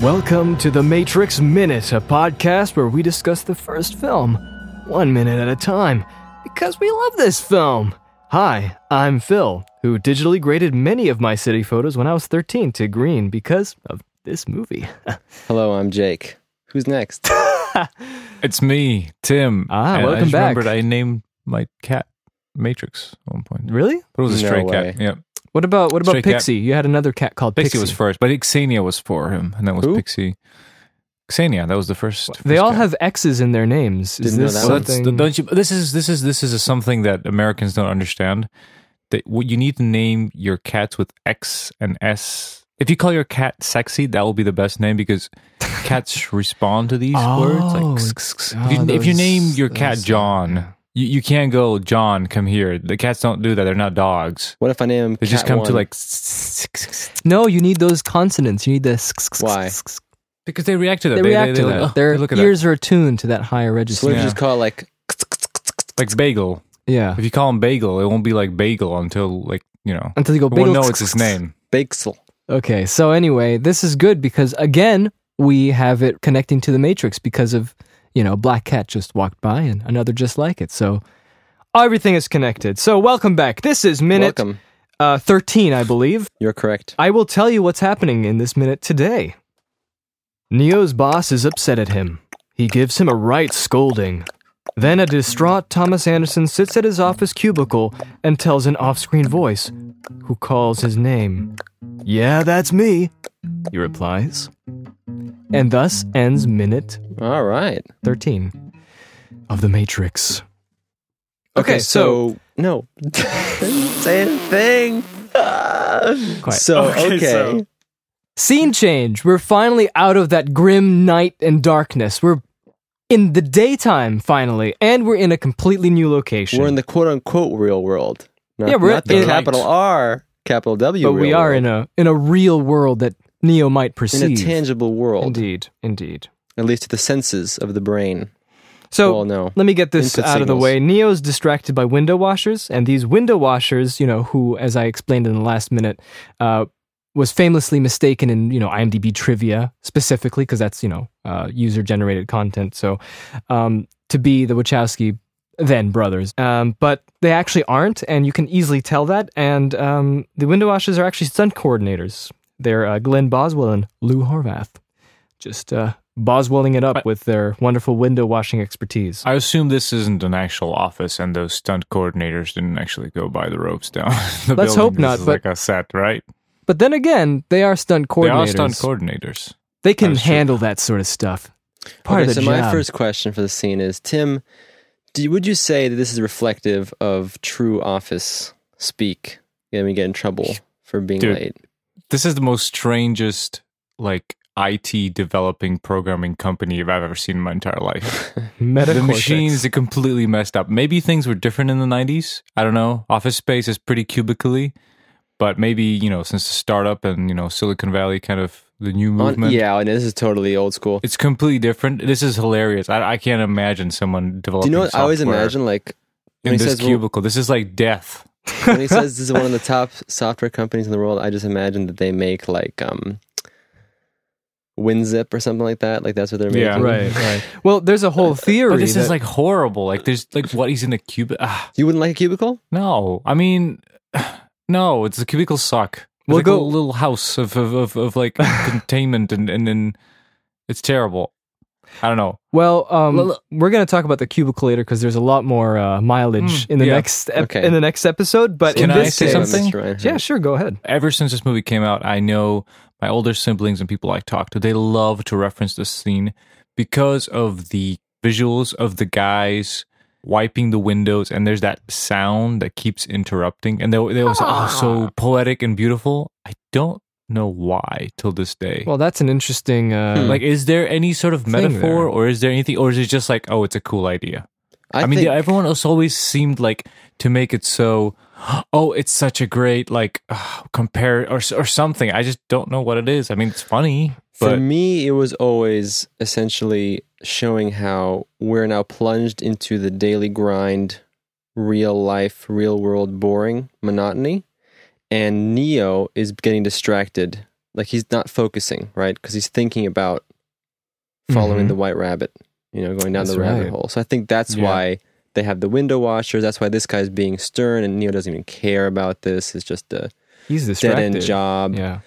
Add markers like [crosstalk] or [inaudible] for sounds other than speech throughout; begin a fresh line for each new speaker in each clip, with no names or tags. Welcome to The Matrix Minute, a podcast where we discuss the first film, one minute at a time, because we love this film. Hi, I'm Phil, who digitally graded many of my city photos when I was 13 to green because of this movie. [laughs]
Hello, I'm Jake. Who's next?
It's me, Tim.
Ah,
And
welcome
I just
back.
remembered I named my cat Matrix at one point.
really?
But it was a
No
stray
way.
cat. Yeah.
What about what about
Stray cat.
Pixie? You had another cat called
Pixie,
Pixie.
was first, but Xenia was for him, and that was
Who?
Pixie. Xenia, that was the first.
They
first
all
cat.
have X's in their names. Is
Didn't know
this
that
Well, that's
something?
don't you? This is this is this is a something that Americans don't understand. That what you need to name your cats with X and S. If you call your cat sexy, that will be the best
[laughs]
name because cats respond to these
Oh.
words. Like, "Sk, sk, sk." if, you,
Oh,
if you
those-
name your cat
those-
John, you, you can't go John. Come here. The cats don't do that. They're not dogs.
What if I name him?
They just
Cat
come to
One?
like "Sk, sk, sk, sk,"
no, you need those consonants. You need the sk- sk- sk-
Why?
sk- sk-
because they react to that.
They react to
like,
that.
"Oh,"
Their
they look at
ears are attuned to that higher
So what
register.
if
Yeah.
you just call it like?
that. like bagel.
Yeah.
If you call him bagel, it won't be like bagel until like you know.
Until you go.
We'll
"Bagel
know
sk-
it's his
sk- sk."
name.
Bakesel.
Okay, so anyway, this is good because again, we have it connecting to the Matrix because of, you know, Black Cat just walked by and another just like it. So everything is connected. So welcome back. This is minute
Welcome.
uh, 13, I believe.
You're correct.
I will tell you what's happening in this minute today. Neo's boss is upset at him. He gives him a right scolding. Then a distraught Thomas Anderson sits at his office cubicle and tells an off screen voice, who calls his name. Yeah, that's me, he replies. And thus ends minute
All right.
13 of The Matrix.
no, [laughs] same thing. Ah.
Quiet.
So
[laughs]
okay.
Scene change. We're finally out of that grim night and darkness. We're in the daytime finally, and we're in a completely new location.
We're in the quote unquote real world. Not,
Yeah, we're
not the
in-
capital R, capital W.
but we
real
are
world.
in a in a real world that Neo might perceive.
in a tangible world,
Indeed, indeed.
at least to the senses of the brain.
So
well, no.
let me get this
Input
out of the
signals.
way. Neo's distracted by window washers, and these window washers, you know, who, as I explained in the last minute, uh, was famously mistaken in you know IMDb trivia specifically because that's you know uh, user generated content. So um, to be the Wachowski then brothers, um, but they actually aren't, and you can easily tell that. And um, the window washers are actually stunt coordinators. They're uh, Glenn Boswell and Lou Horvath, just uh, Boswelling it up with their wonderful window washing expertise.
I assume this isn't an actual office, and those stunt coordinators didn't actually go by the ropes down. [laughs] the
Let's
building.
hope
This
not,
is
but-
like a set, right?
But then again, they are stunt coordinators.
They are stunt coordinators.
They can
That's true.
handle that sort of stuff. Part
okay,
of the
so
job.
my
[laughs]
first question for the scene is, Tim, do you, would you say that this is reflective of true office speak? Let me get in trouble for being
Dude.
late.
This is the most strangest, like IT developing programming company I've ever seen in my
[laughs]
entire life. the
Metacortex.
machines are completely messed up. Maybe things were different in the '90s. I don't know. Office space is pretty cubically, but maybe you know, since the startup and you know, Silicon Valley, kind of the new movement.
On, yeah, and this is totally old school.
It's completely different. This is hilarious. I, I can't imagine someone
Do
developing.
you know what I always
software
imagine? Like when
in
he
this
says, well-
cubicle? this is like death.
when he says this is one of
[laughs]
the top software companies in the world, I just imagine that they make like um WinZip or something like that. Like that's what they're making.
Yeah.
Right,
[laughs]
right. Well, there's a whole theory.
But this is
that-
like horrible. Like there's like what he's in a cubicle. Ah,
You wouldn't like a cubicle?
no, I mean, [sighs] no. It's the cubicles suck. It's
We'll
like
go-
a little house of of of,
[laughs]
of like containment and and then it's terrible. I don't know.
well, um,
Well, look-
we're going to talk about the cubicle later because there's a lot more uh, mileage
Mm,
in the
yeah.
next ep-
Okay.
in the next episode. But in
Can I
this
say
case,
Say
something?
Mr. Reinhardt.
Yeah, sure. Go ahead.
Ever since this movie came out, I know my older siblings and people I talk to, they love to reference this scene because of the visuals of the guys wiping the windows and there's that sound that keeps interrupting and they they always say, oh so poetic and beautiful. I don't know why till this day.
Well, that's an interesting. Uh,
Hmm.
like is there any sort of metaphor
there.
or is there anything or is it just like oh it's a cool idea?
I,
I, mean,
think,
yeah, everyone else always seemed like to make it so. Oh, it's such a great like uh, compare or s- or something. I just don't know what it is. I mean, it's funny,
for
but
me, it was always essentially showing how we're now plunged into the daily grind, real life, real world, boring monotony, and Neo is getting distracted like he's not focusing, right? Because he's thinking about following
Mhm.
the white rabbit, you know, going down
That's
the rabbit
right.
hole. So I think that's
Yeah.
why they have the window washers. That's why this guy's being stern and Neo doesn't even care about this. It's just a
He's
dead
distracted.
end job.
Yeah.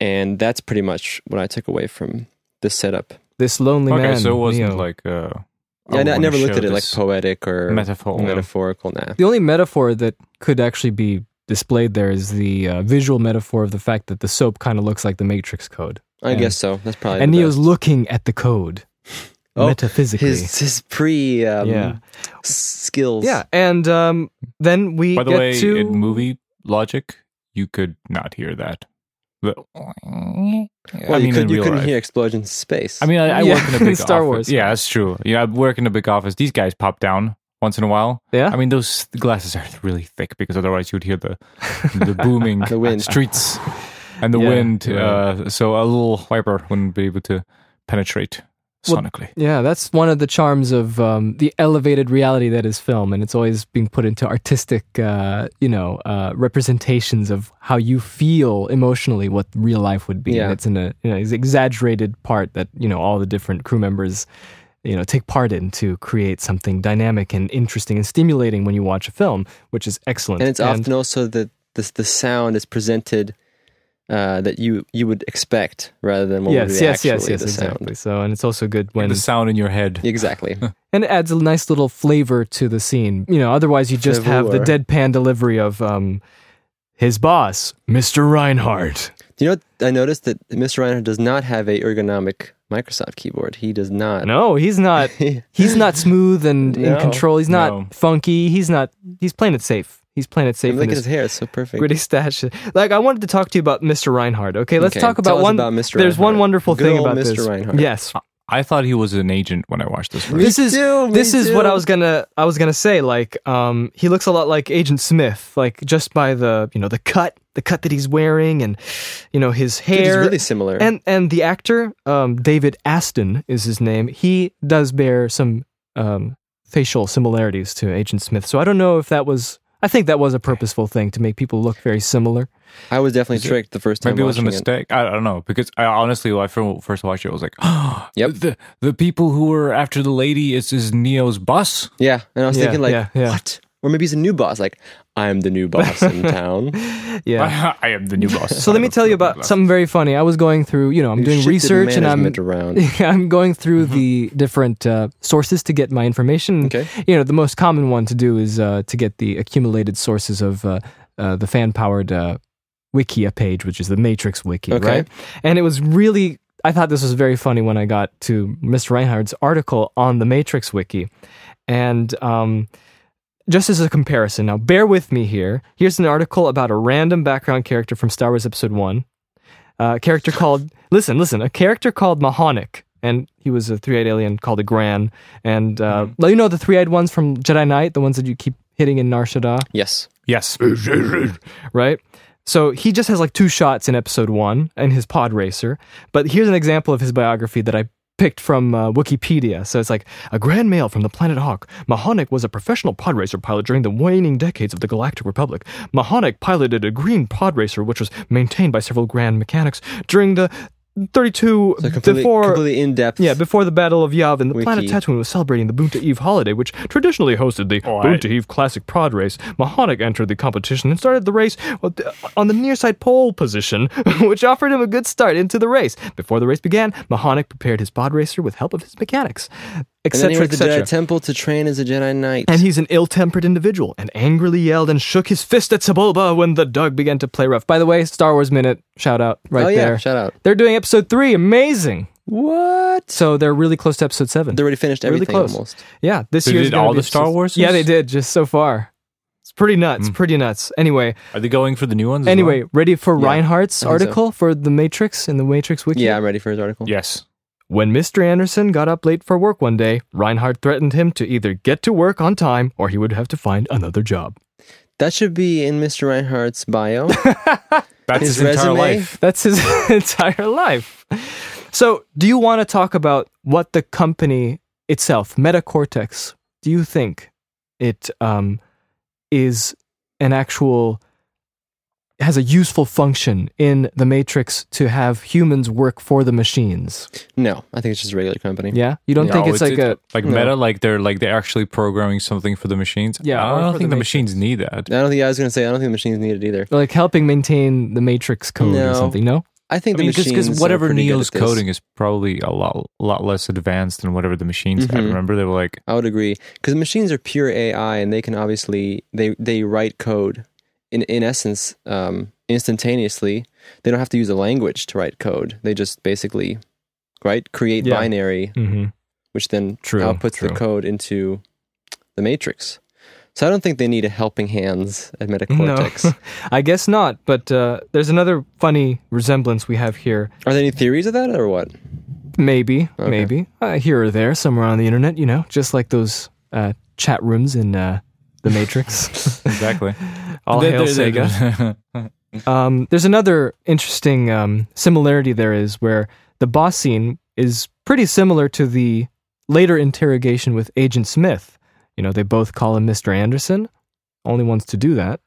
And that's pretty much what I took away from this setup.
This lonely
okay,
man.
so it wasn't
Neo.
like uh,
Yeah, I, n- I
wanna
never looked
show
at it like
this
poetic or
metaphor. no.
metaphorical. Nah.
the only metaphor that could actually be displayed there is the uh, visual metaphor of the fact that the soap kind of looks like the Matrix code,
I
And-
guess so. That's probably
and
the
Neo's
best.
looking at the code
[laughs] Oh,
metaphysically.
his his pre um,
Yeah.
s- skills.
yeah, and um, then we
By the
get
way,
to
in movie logic, you could not hear that. The-
Well,
I
you,
mean, in
could, you
real
couldn't
life.
hear explosions in space.
I mean, I, I
Yeah,
work in a
in [laughs]
big
Star
office.
Wars.
Yeah, that's true. Yeah, I work in a big office. These guys pop down once in a while.
Yeah?
I mean, those glasses are really thick because otherwise you'd hear the
[laughs]
the booming
The wind.
streets and the
Yeah,
wind.
you're
Uh, so a little wiper wouldn't be able to penetrate
Well,
sonically.
Yeah, that's one of the charms of um, the elevated reality that is film, and it's always being put into artistic, uh, you know, uh, representations of how you feel emotionally what real life would be.
Yeah.
And it's in a you know, it's exaggerated part that you know all the different crew members, you know, take part in to create something dynamic and interesting and stimulating when you watch a film, which is excellent.
and it's often also that the the sound is presented uh, that you you would expect rather than what would
yes,
be
yes,
actually
yes, yes,
the
exactly. So, and it's also good when
the sound in your head.
sound. Exactly.
and it adds a nice little flavor to the scene. You know, otherwise you just have the
Flavor.
deadpan delivery of um, his boss, Mr. Reinhardt.
you know, what? I noticed that Mr. Reinhardt does not have a ergonomic Microsoft keyboard. He does not.
No, he's
[laughs]
not. He's not smooth and in
No.
control. He's not
No.
funky. He's not. He's playing it safe. He's playing it safe.
And
in
look at his
his
hair; it's so perfect.
gritty stash. Like I wanted to talk to you about Mr. Reinhardt. Okay, let's
Okay,
talk
tell
about
us
one.
about Mr.
There's one
Reinhardt.
wonderful
Good
thing
old
about
Mr.
this.
Reinhardt.
Yes,
I thought he was an agent when I watched this. First.
this is
too, me
this is what
too.
I was gonna I was gonna say. Like, um, he looks a lot like Agent Smith, like just by the you know the cut, the cut that he's wearing, and you know his
Dude, he's
hair.
really similar.
and and the actor, um, David Aston is his name. He does bear some um, facial similarities to Agent Smith. So I don't know if that was. I think that was a purposeful thing to make people look very similar.
I was definitely
Is it-
tricked the first time.
Maybe it was a
watching
mistake. I, I don't know because I honestly, when I fir- first watched it, I was like, [gasps] oh,
Yep.
the the people who were after the lady is is Neo's boss."
Yeah, and I was
Yeah,
thinking like,
yeah, yeah.
what? Or maybe he's a new boss. Like, I'm the new boss in town.
Yeah.
[laughs] I am the new boss.
So let me tell you about something very funny. I was going through, you know, I'm
You
doing
shifted
research and I'm
management around.
[laughs] I'm going through the different uh, sources to get my information.
Okay.
You know, the most common one to do is uh, to get the accumulated sources of uh, uh, the fan powered uh, Wikia page, which is the Matrix Wiki,
Okay.
right? And it was really, I thought this was very funny when I got to Mr. Reinhardt's article on the Matrix Wiki. And um, just as a comparison, now bear with me here. Here's an article about a random background character from Star Wars Episode 1 a character called listen, listen, a character called Mahonic, and he was a three-eyed alien called a Gran. And uh, well, you know the three-eyed ones from Jedi Knight, the ones that you keep hitting in Nar Shaddaa,
Yes.
[laughs] Yes,
right? So he just has like two shots in Episode One and his pod racer. But here's an example of his biography that I. Picked from uh, Wikipedia. So it's like a grand male from the planet Hawk. Mahonic was a professional pod racer pilot during the waning decades of the Galactic Republic. Mahonic piloted a green pod racer which was maintained by several grand mechanics during the 32
So completely,
before
completely in depth.
yeah, before the Battle of Yavin, the
Wiki.
planet Tatooine was celebrating the Bunta Eve holiday, which traditionally hosted the
All right.
Bunta Eve Classic Prod Race. Mahonic entered the competition and started the race with- on the near side pole position, [laughs] which offered him a good start into the race. Before the race began, Mahonic prepared his pod racer with help of his mechanics,
And then he
etc.,
went to the Jedi
etc.
Temple to train as a Jedi Knight.
And he's an ill tempered individual and angrily yelled and shook his fist at Sebulba when the dog began to play rough. By the way, Star Wars Minute, shout out right
oh yeah,
there.
shout out.
They're doing episode three. Amazing.
What?
So they're really close to episode seven.
They already finished
Really
everything
close.
almost.
Yeah, this
They
year's
did
gonna
all
be
the Star Warses?
Yeah, they did just so far. It's pretty
Hmm.
nuts. Pretty nuts. Anyway,
are they going for the new ones? as
anyway, ready for
Yeah,
Reinhardt's
I think so.
article for the Matrix in the Matrix Wiki.
Yeah, I'm ready for his article.
well? yes.
When Mr. Anderson got up late for work one day, Reinhardt threatened him to either get to work on time or he would have to find another job.
That should be in Mr. Reinhardt's bio.
That's
His
his, entire
resume?
life.
That's his [laughs] entire life. So, do you want to talk about what the company itself, Metacortex, do you think it um, is an actual has a useful function in the Matrix to have humans work for the machines.
No, I think it's just a regular company.
Yeah, you don't think
No,
it's, like a
oh, like
No.
meta, like they're like they're actually programming something for the machines.
Yeah,
I
or
don't
for
think
the
the machines need that.
I don't think I was going to say. I don't think the machines need it either.
like helping maintain the Matrix code or
No.
something? No,
I
I
think
mean,
the machines
because
are
whatever
pretty good
Neo's
at this.
coding is probably a lot lot less advanced than whatever the machines had.
Mhm.
Remember, they were like,
I would agree because the machines are pure AI, and they can obviously they they write code in in essence um, instantaneously. They don't have to use a language to write code. They just basically right create
Yeah.
binary,
mm-hmm.
which then
True,
outputs
true.
the code into the matrix. So I don't think they need a helping hands at Metacortex.
[laughs] I guess not. But uh, there's another funny resemblance we have here.
Are there any theories of that or what?
Maybe,
Okay.
maybe uh, here or there, somewhere on the internet. You know, just like those uh, chat rooms in uh, the Matrix.
[laughs] exactly.
All
They-
hail
they- they-
Sega.
[laughs]
Um, there's another interesting um, similarity there is where the boss scene is pretty similar to the later interrogation with Agent Smith. You know, they both call him Mr. Anderson, only ones to do that.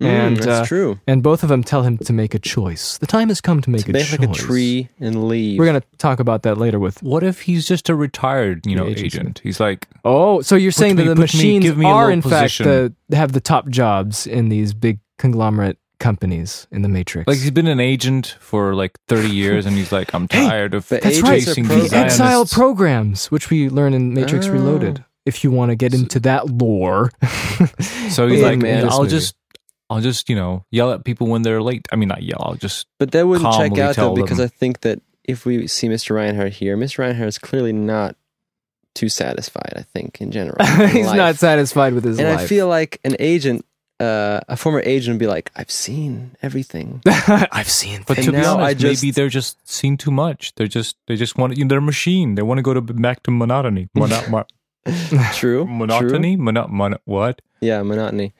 And,
Mm, that's
uh,
true.
And both of them tell him to make a choice. The time has come to make
So
a
they
choice.
have like a tree and leave.
We're going to talk about that later with.
What if he's just a retired, you know,
The agent.
agent? He's like,
Oh, so you're saying
me-
that the
put me-
machines
give me a
are,
little
in fact, the,
position.
have the top jobs in these big conglomerate companies in the Matrix.
like he's been an agent for like thirty years, and he's like, I'm tired of
the
That's right.
chasing
agents are
The
these
programmed.
exile
Zionists."
programs, which we learn in Matrix
Oh.
Reloaded. If you want to get into that lore,
So
[laughs]
he's
in
like,
man,
this
I'll
movie.
just, I'll just, you know, yell at people when they're late. I mean, not yell. I'll just
But that wouldn't check
calmly
out though,
tell
because
them.
I think that if we see Mr. Reinhardt here, Mr. Reinhardt is clearly not too satisfied. I think in general, in
he's
life.
not satisfied with his
And
life.
I feel like an agent, uh, a former agent, would be like, "I've seen everything."
[laughs] I've seen.
But
And
to be
now
honest,
I just-
maybe they're just seeing too much. They're just they just want you know, they're a machine. They want to go to back to monotony. Mono- mo-
true, True?
monotony, mono- mono- what?
Yeah, monotony.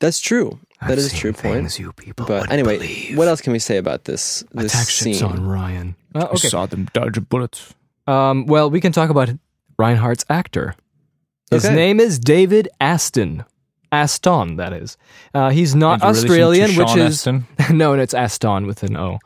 That's true. That is a true point.
You people
But anyway, what else can we say about this this
Attack ships
scene?
on Ryan. Uh,
I
okay.
saw them dodge bullets.
Um, well, we can talk about Reinhardt's actor. His
Okay.
name is David Aston. Aston, that is. Uh, he's not
In relation to
Australian, which
Sean
is
Astin.
[laughs] no, and it's Aston with an O.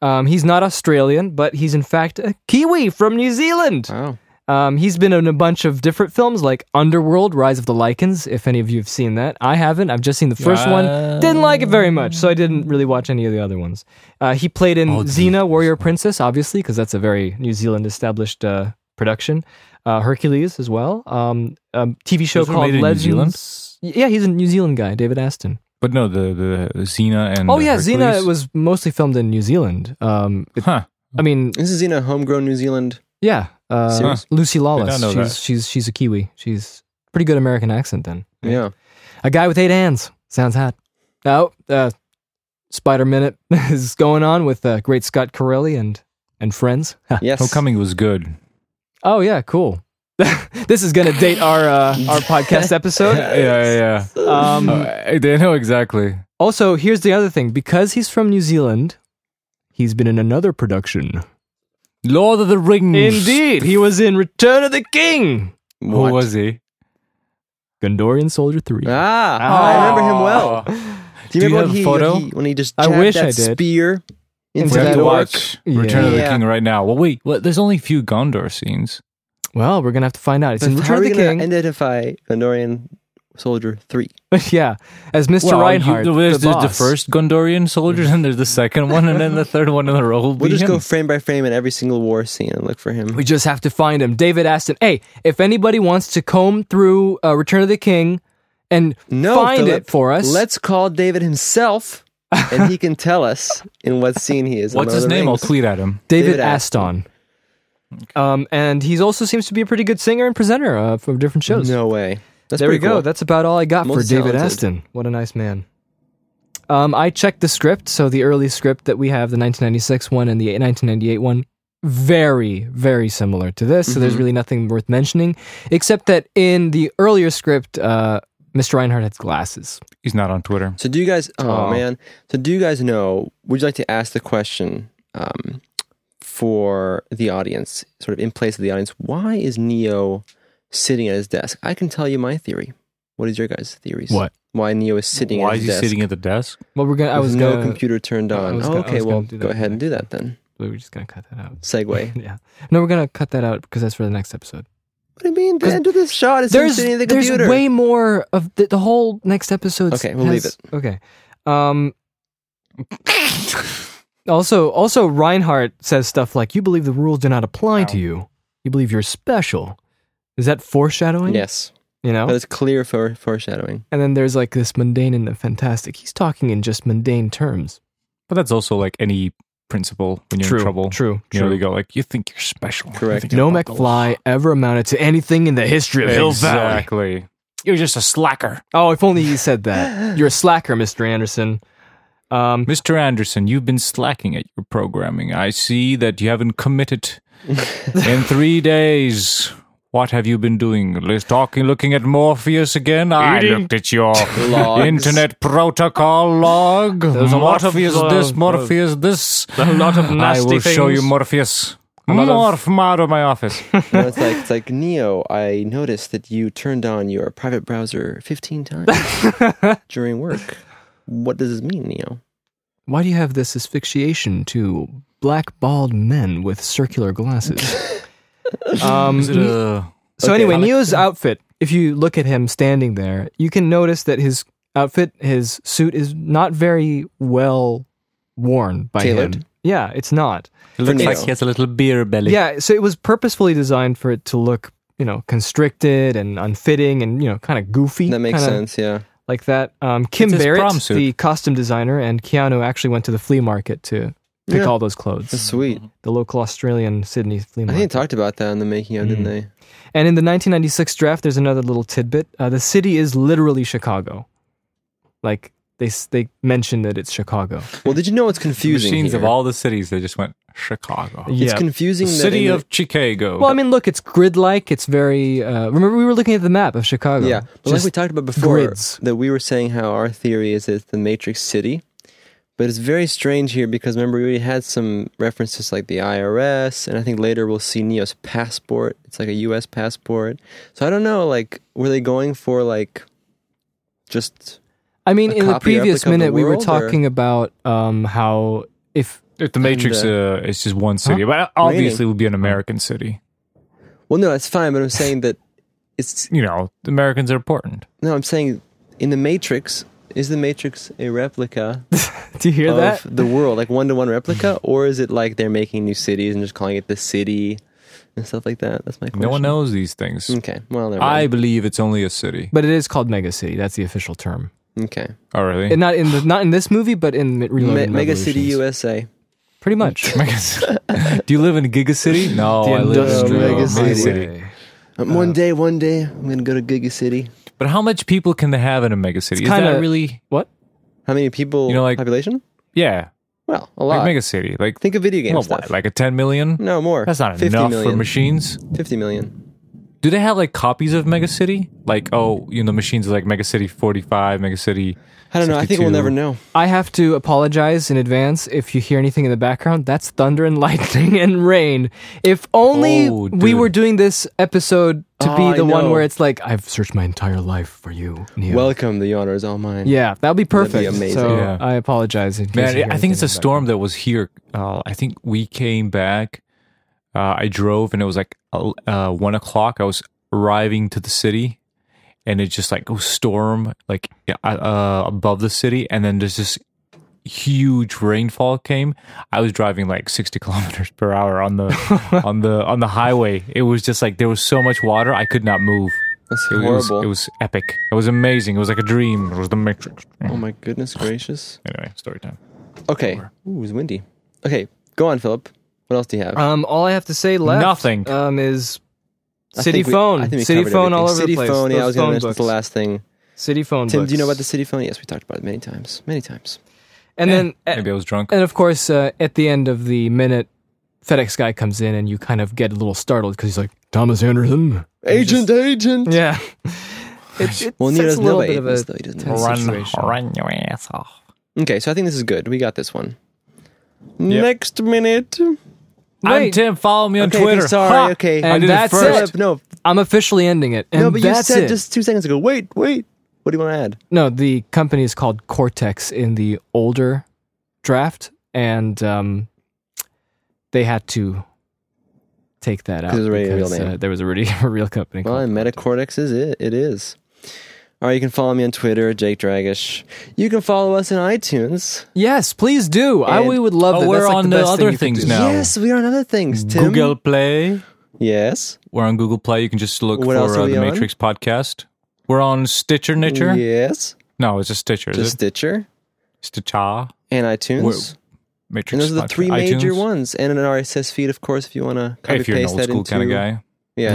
Um, he's not Australian, but he's in fact a Kiwi from New Zealand.
Wow.
Um, he's been in a bunch of different films like Underworld, Rise of the Lycans, if any of you have seen that. I haven't. I've just seen the first one. Didn't like it very much, so I didn't really watch any of the other ones. Uh, he played in
Oh, the-
Xena, Warrior Princess, obviously, because that's a very New Zealand established uh, production. Uh, Hercules as well. Um, a TV show
Those were
called
made in New Zealand?
Legends. Yeah, he's a New Zealand guy, David Aston.
But no, the the Xena and
Oh
the
yeah, Xena
Hmm. Hercules.
was mostly filmed in New Zealand. Um, it-
huh.
I mean,
This is in a homegrown New Zealand.
yeah, uh,
Serious?
Lucy
Did
Lawless.
not know
She's
that.
she's she's a Kiwi. She's pretty good American accent. Then
Yeah.
a guy with eight hands sounds hot. No, uh, Spider Minute [laughs] is going on with uh, great Scott Corelli and and friends.
Yes.
Homecoming was good.
oh yeah, cool. [laughs] this is gonna date our uh, our podcast episode.
[laughs] yeah, yeah.
Um,
they know exactly.
Also, here's the other thing: because he's from New Zealand, he's been in another production.
Lord of the Rings.
Indeed, he was in Return of the King,
Who
What?
was he?
Gandorian Soldier Three.
Ah, I remember him well.
Oh.
Do you
Do you
remember
have a
when, he,
photo?
when he when he just
I
jabbed
wish
that
I did.
spear into
We have
that
to
orc?
watch Return of the
Yeah.
King right now. Well, wait. Well, there's only a few Gondor scenes.
Well, we're gonna have to find out. It's in
But
Return
how are
of
we
the
gonna
King.
Identify Gondorian soldier three.
[laughs] yeah, as Mr.
you-
Reinhardt,
there's
the,
there's the
boss.
first Gondorian soldier, and there's the second one, and then the third one in the row will be
We'll just
him.
go frame by frame in every single war scene and look for him.
We just have to find him, David Aston. Hey, if anybody wants to comb through uh, Return of the King and
No,
find
Philip.
it for us,
Let's call David himself, and he can tell us in
[laughs]
what scene he is. in
What's
Lord
his
of the
name? I'll
Rings.
tweet at him.
David,
David
Aston. Um, and he also seems to be a pretty good singer and presenter uh, from different shows.
No way. That's
there we
pretty
go.
cool.
That's about all I got for David
Multi-talented.
Aston. What a nice man. Um, I checked the script, so the early script that we have, the 1996 one and the 1998 one, very, very similar to this. So
Mm-hmm.
there's really nothing worth mentioning, except that in the earlier script, uh, Mr. Reinhardt has glasses.
He's not on Twitter.
So do you guys? Oh,
Aw.
man. So do you guys know? Would you like to ask the question um, for the audience, sort of in place of the audience? Why is Neo sitting at his desk? I can tell you my theory. What is your guys' theories?
What?
Why Neo is sitting?
Why
at
is
his
he
desk
sitting at the desk?
Well, we're gonna. I
with
was
no
gonna.
computer turned
Mm-hmm. I
on.
was
Oh,
gonna- I
okay,
was
well,
gonna do
go
that
ahead and do that
next.
then.
We were just gonna cut that out. [laughs]
Segue.
yeah. No, we're gonna cut that out because that's for the next episode.
What do you mean?
'Cause
Do this shot. It's
there's
sitting at the
there's
computer.
way more of the, the whole next episode.
Okay, we'll leave
it. Okay. Um. also, also Reinhardt says stuff like, "You believe the rules do not apply to
Ow.
you. You believe you're special." Is that foreshadowing?
yes,
You know.
that is clear for foreshadowing.
And then there's like this mundane and the fantastic. He's talking in just mundane terms.
But that's also like any principle when you're
true.
in trouble.
True.
You
True.
know, they go like, "You think you're special." You
Correct.
think you're
no
above the
McFly ever amounted to anything in the history of Hill Valley.
Exactly. You're just a slacker.
Oh, if only he said [laughs] that. You're a slacker, Mr. Anderson. Um,
Mr. Anderson, you've been slacking at your programming. I see that you haven't
[laughs]
committed in three days. What have you been doing? Liz talking, looking at Morpheus again? I
Eating
looked at your
Logs.
internet protocol log.
There's a lot of-
Morpheus this,
uh,
Morpheus this.
a lot [laughs] of
I
nasty
will show you
things.
Morpheus.
A lot of-
Morph out of my office.
No, it's like it's like Neo. I noticed that you turned on your private browser 15
[laughs]
times during work. What does this mean, Neo?
why do you have this asphyxiation to black bald men with circular glasses? [laughs] um,
Is it a
so
Okay.
anyway, Neo's outfit. If you look at him standing there, you can notice that his outfit, his suit, is not very well worn by him.
Tailored?
Yeah, it's not.
it looks
Neo.
like he has a little beer belly.
Yeah, so it was purposefully designed for it to look, you know, constricted and unfitting, and you know, kind of goofy.
That makes
kinda
sense. Yeah.
Like that. Um, Kim
It's his prom
Barrett,
suit.
the costume designer, and Keanu actually went to the flea market to pick
Yeah.
all those clothes.
That's sweet.
Mm-hmm.
the local Australian Sydney flea
I
market.
think they talked about that in the making of, didn't
Mm.
they?
and in the 1996 draft, there's another little tidbit. Uh, the city is literally Chicago. Like they s- they mention that it's Chicago.
Well, did you know it's confusing?
Machines of
here?
all the cities, they just went Chicago.
It's
Yeah.
confusing. that
City
in-
of Chicago.
Well, I mean, look, it's grid-like. It's very. Uh, remember, we were looking at the map of Chicago.
Yeah, but like
Just-
we talked about before,
grids.
that we were saying how our theory is that it's the Matrix City, but it's very strange here because remember we already had some references like the IRS, and I think later we'll see Neo's passport. It's like a U.S. passport. So I don't know, like, were they going for like just
I mean,
a
in the
copy
previous
replica of the
minute, we were
world, or-
talking about um, how if
If the Matrix uh, is just one city, but obviously
Raining.
it would be an American city.
well, no, that's fine, but I'm saying that it's
You know, the Americans are important.
no, I'm saying in the Matrix. Is the Matrix a replica
do you hear
of
that?
[laughs] the world, like one to one replica, or is it like they're making new cities and just calling it the city and stuff like that? That's my question.
No one knows these things.
Okay. Well, never
I
mind.
believe it's only a city.
But it is called Mega City. That's the official term.
okay.
Oh, really?
And not in the, not in this movie, but in Me-
Me-
Reloaded
Mega City
Revolutions.
USA.
Pretty much.
[laughs] Do you live in Giga City? No, I
[laughs]
live in
industrial
Mega
mega
City.
highway.
Um, one day, one day, I'm gonna go to Giga City.
But how much people can they have in a Mega City? Is
kinda-
that really?
What?
How many people?
You know, like-
population?
Yeah,
Well, a lot.
like Mega City. Like,
Think of video game
well,
stuff.
what, like a ten million?
no more.
That's not
50
enough for
million.
machines.
Fifty million.
Do they have like copies of Mega City? Like, oh, you know, machines are like Mega City forty five, Mega City.
I don't know. I think we'll
62.
never know.
I have to apologize in advance if you hear anything in the background. That's thunder and [laughs] lightning and rain. If only
Oh,
we
dude.
were doing this episode to
Oh,
be
I
the one
know.
where it's like I've searched my entire life for you. Neo.
Welcome. The honor is all mine.
yeah, that would be
That'd
perfect.
be amazing.
So
Yeah.
I apologize. In case you hear
Man, I
anything
think it's
in
a
the
storm that was here. Uh, I think we came back. Uh, I drove and it was like el- uh, one o'clock. I was arriving to the city, and it just like goes storm like yeah, uh, above the city, and then there's this huge rainfall came. I was driving like sixty [laughs] kilometers per hour on [laughs] the on the on the highway. It was just like there was so much water, I could not move.
That's
It was,
horrible.
it was epic. It was amazing. It was like a dream. It was the Matrix.
oh my goodness gracious.
Anyway, story time.
Okay. Ooh, it was windy. Okay. Go on, Philip. What else do you have?
background. Um, all I have to say left
Nothing.
um, is
I
city
think we-
phone.
I think we
city
covered
phone all over
everything.
the place.
City phone. Yeah, I
Those
was gonna
phone
mention that's the
books.
last thing.
City phone.
Tim, do you know
books.
about the city phone? Yes, we talked about it many times. Many times.
And
[clears throat]
then e-
Maybe I was drunk.
And of course, uh, at the end of the minute, FedEx guy comes in, and you kind of get a little startled because he's like, "Thomas Anderson."
Agent, agent.
Yeah. [laughs] It, it
Well, Neo
sets a
doesn't know
little
about
bit of
agents,
a
though. He doesn't know.
tense
run,
situation.
run your ass off.
Okay, so I think this is good. We got this one. Next minute.
Wait,
I'm Tim. Follow me on
Okay,
Twitter.
sorry, okay.
I
Ah, And
did it
that's
first.
it.
Philip, no,
I'm officially ending it. And
no, but you
that's
said
it.
just two seconds ago. Wait, wait. What do you want to add?
No, the company is called Cortex in the older draft, and um, they had to take that out
Because it was already a real
because,
name.
uh, there was already [laughs] a real company.
Well,
called
and Metacortex is it. It is. All right, you can follow me on Twitter, Jake Dragish. You can follow us on iTunes.
yes, please do. I
And-
we would love
Oh,
that.
we're
That's like
on
the,
the
best thing
other
you could
things
do.
now. No.
Yes, we are on other things, Tim.
[laughs] Google Play.
Yes.
We're on Google Play. You can just look
What else
for
are
uh,
we
the
on?
Matrix podcast. We're on Stitcher Nature.
Yes.
No, it's a Stitcher. Is
To
it?
Stitcher
Stitcher.
and iTunes.
We're- Matrix.
and those are the
podcast.
three major
iTunes.
ones. And an RSS feed, of course, if you want to copy
If you're an
paste
old
that
school
into
kind of guy,
yeah,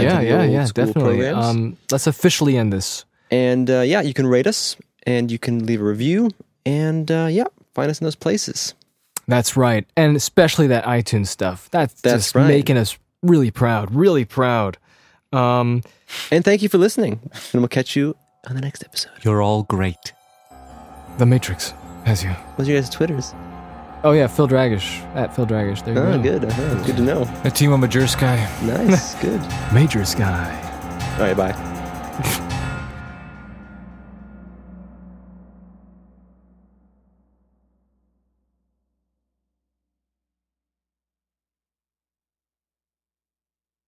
Yeah,
into
yeah,
uh, the
yeah,
old school
definitely.
programs.
Um, let's officially end this.
and uh, yeah, you can rate us and you can leave a review and uh, yeah, find us in those places.
That's right, and especially that iTunes stuff. That's,
That's
just
right.
making us really proud. Really proud. Um,
And thank you for listening. And we'll catch you on the next episode.
you're all great.
the Matrix has you.
What's your guys' Twitters?
Oh yeah, Phil Dragish at Phil Dragish. There you
Oh,
go.
good. Uh-huh. Good to know.
A team of Majursky.
[laughs]
Nice. good.
Major Sky.
All right. Bye.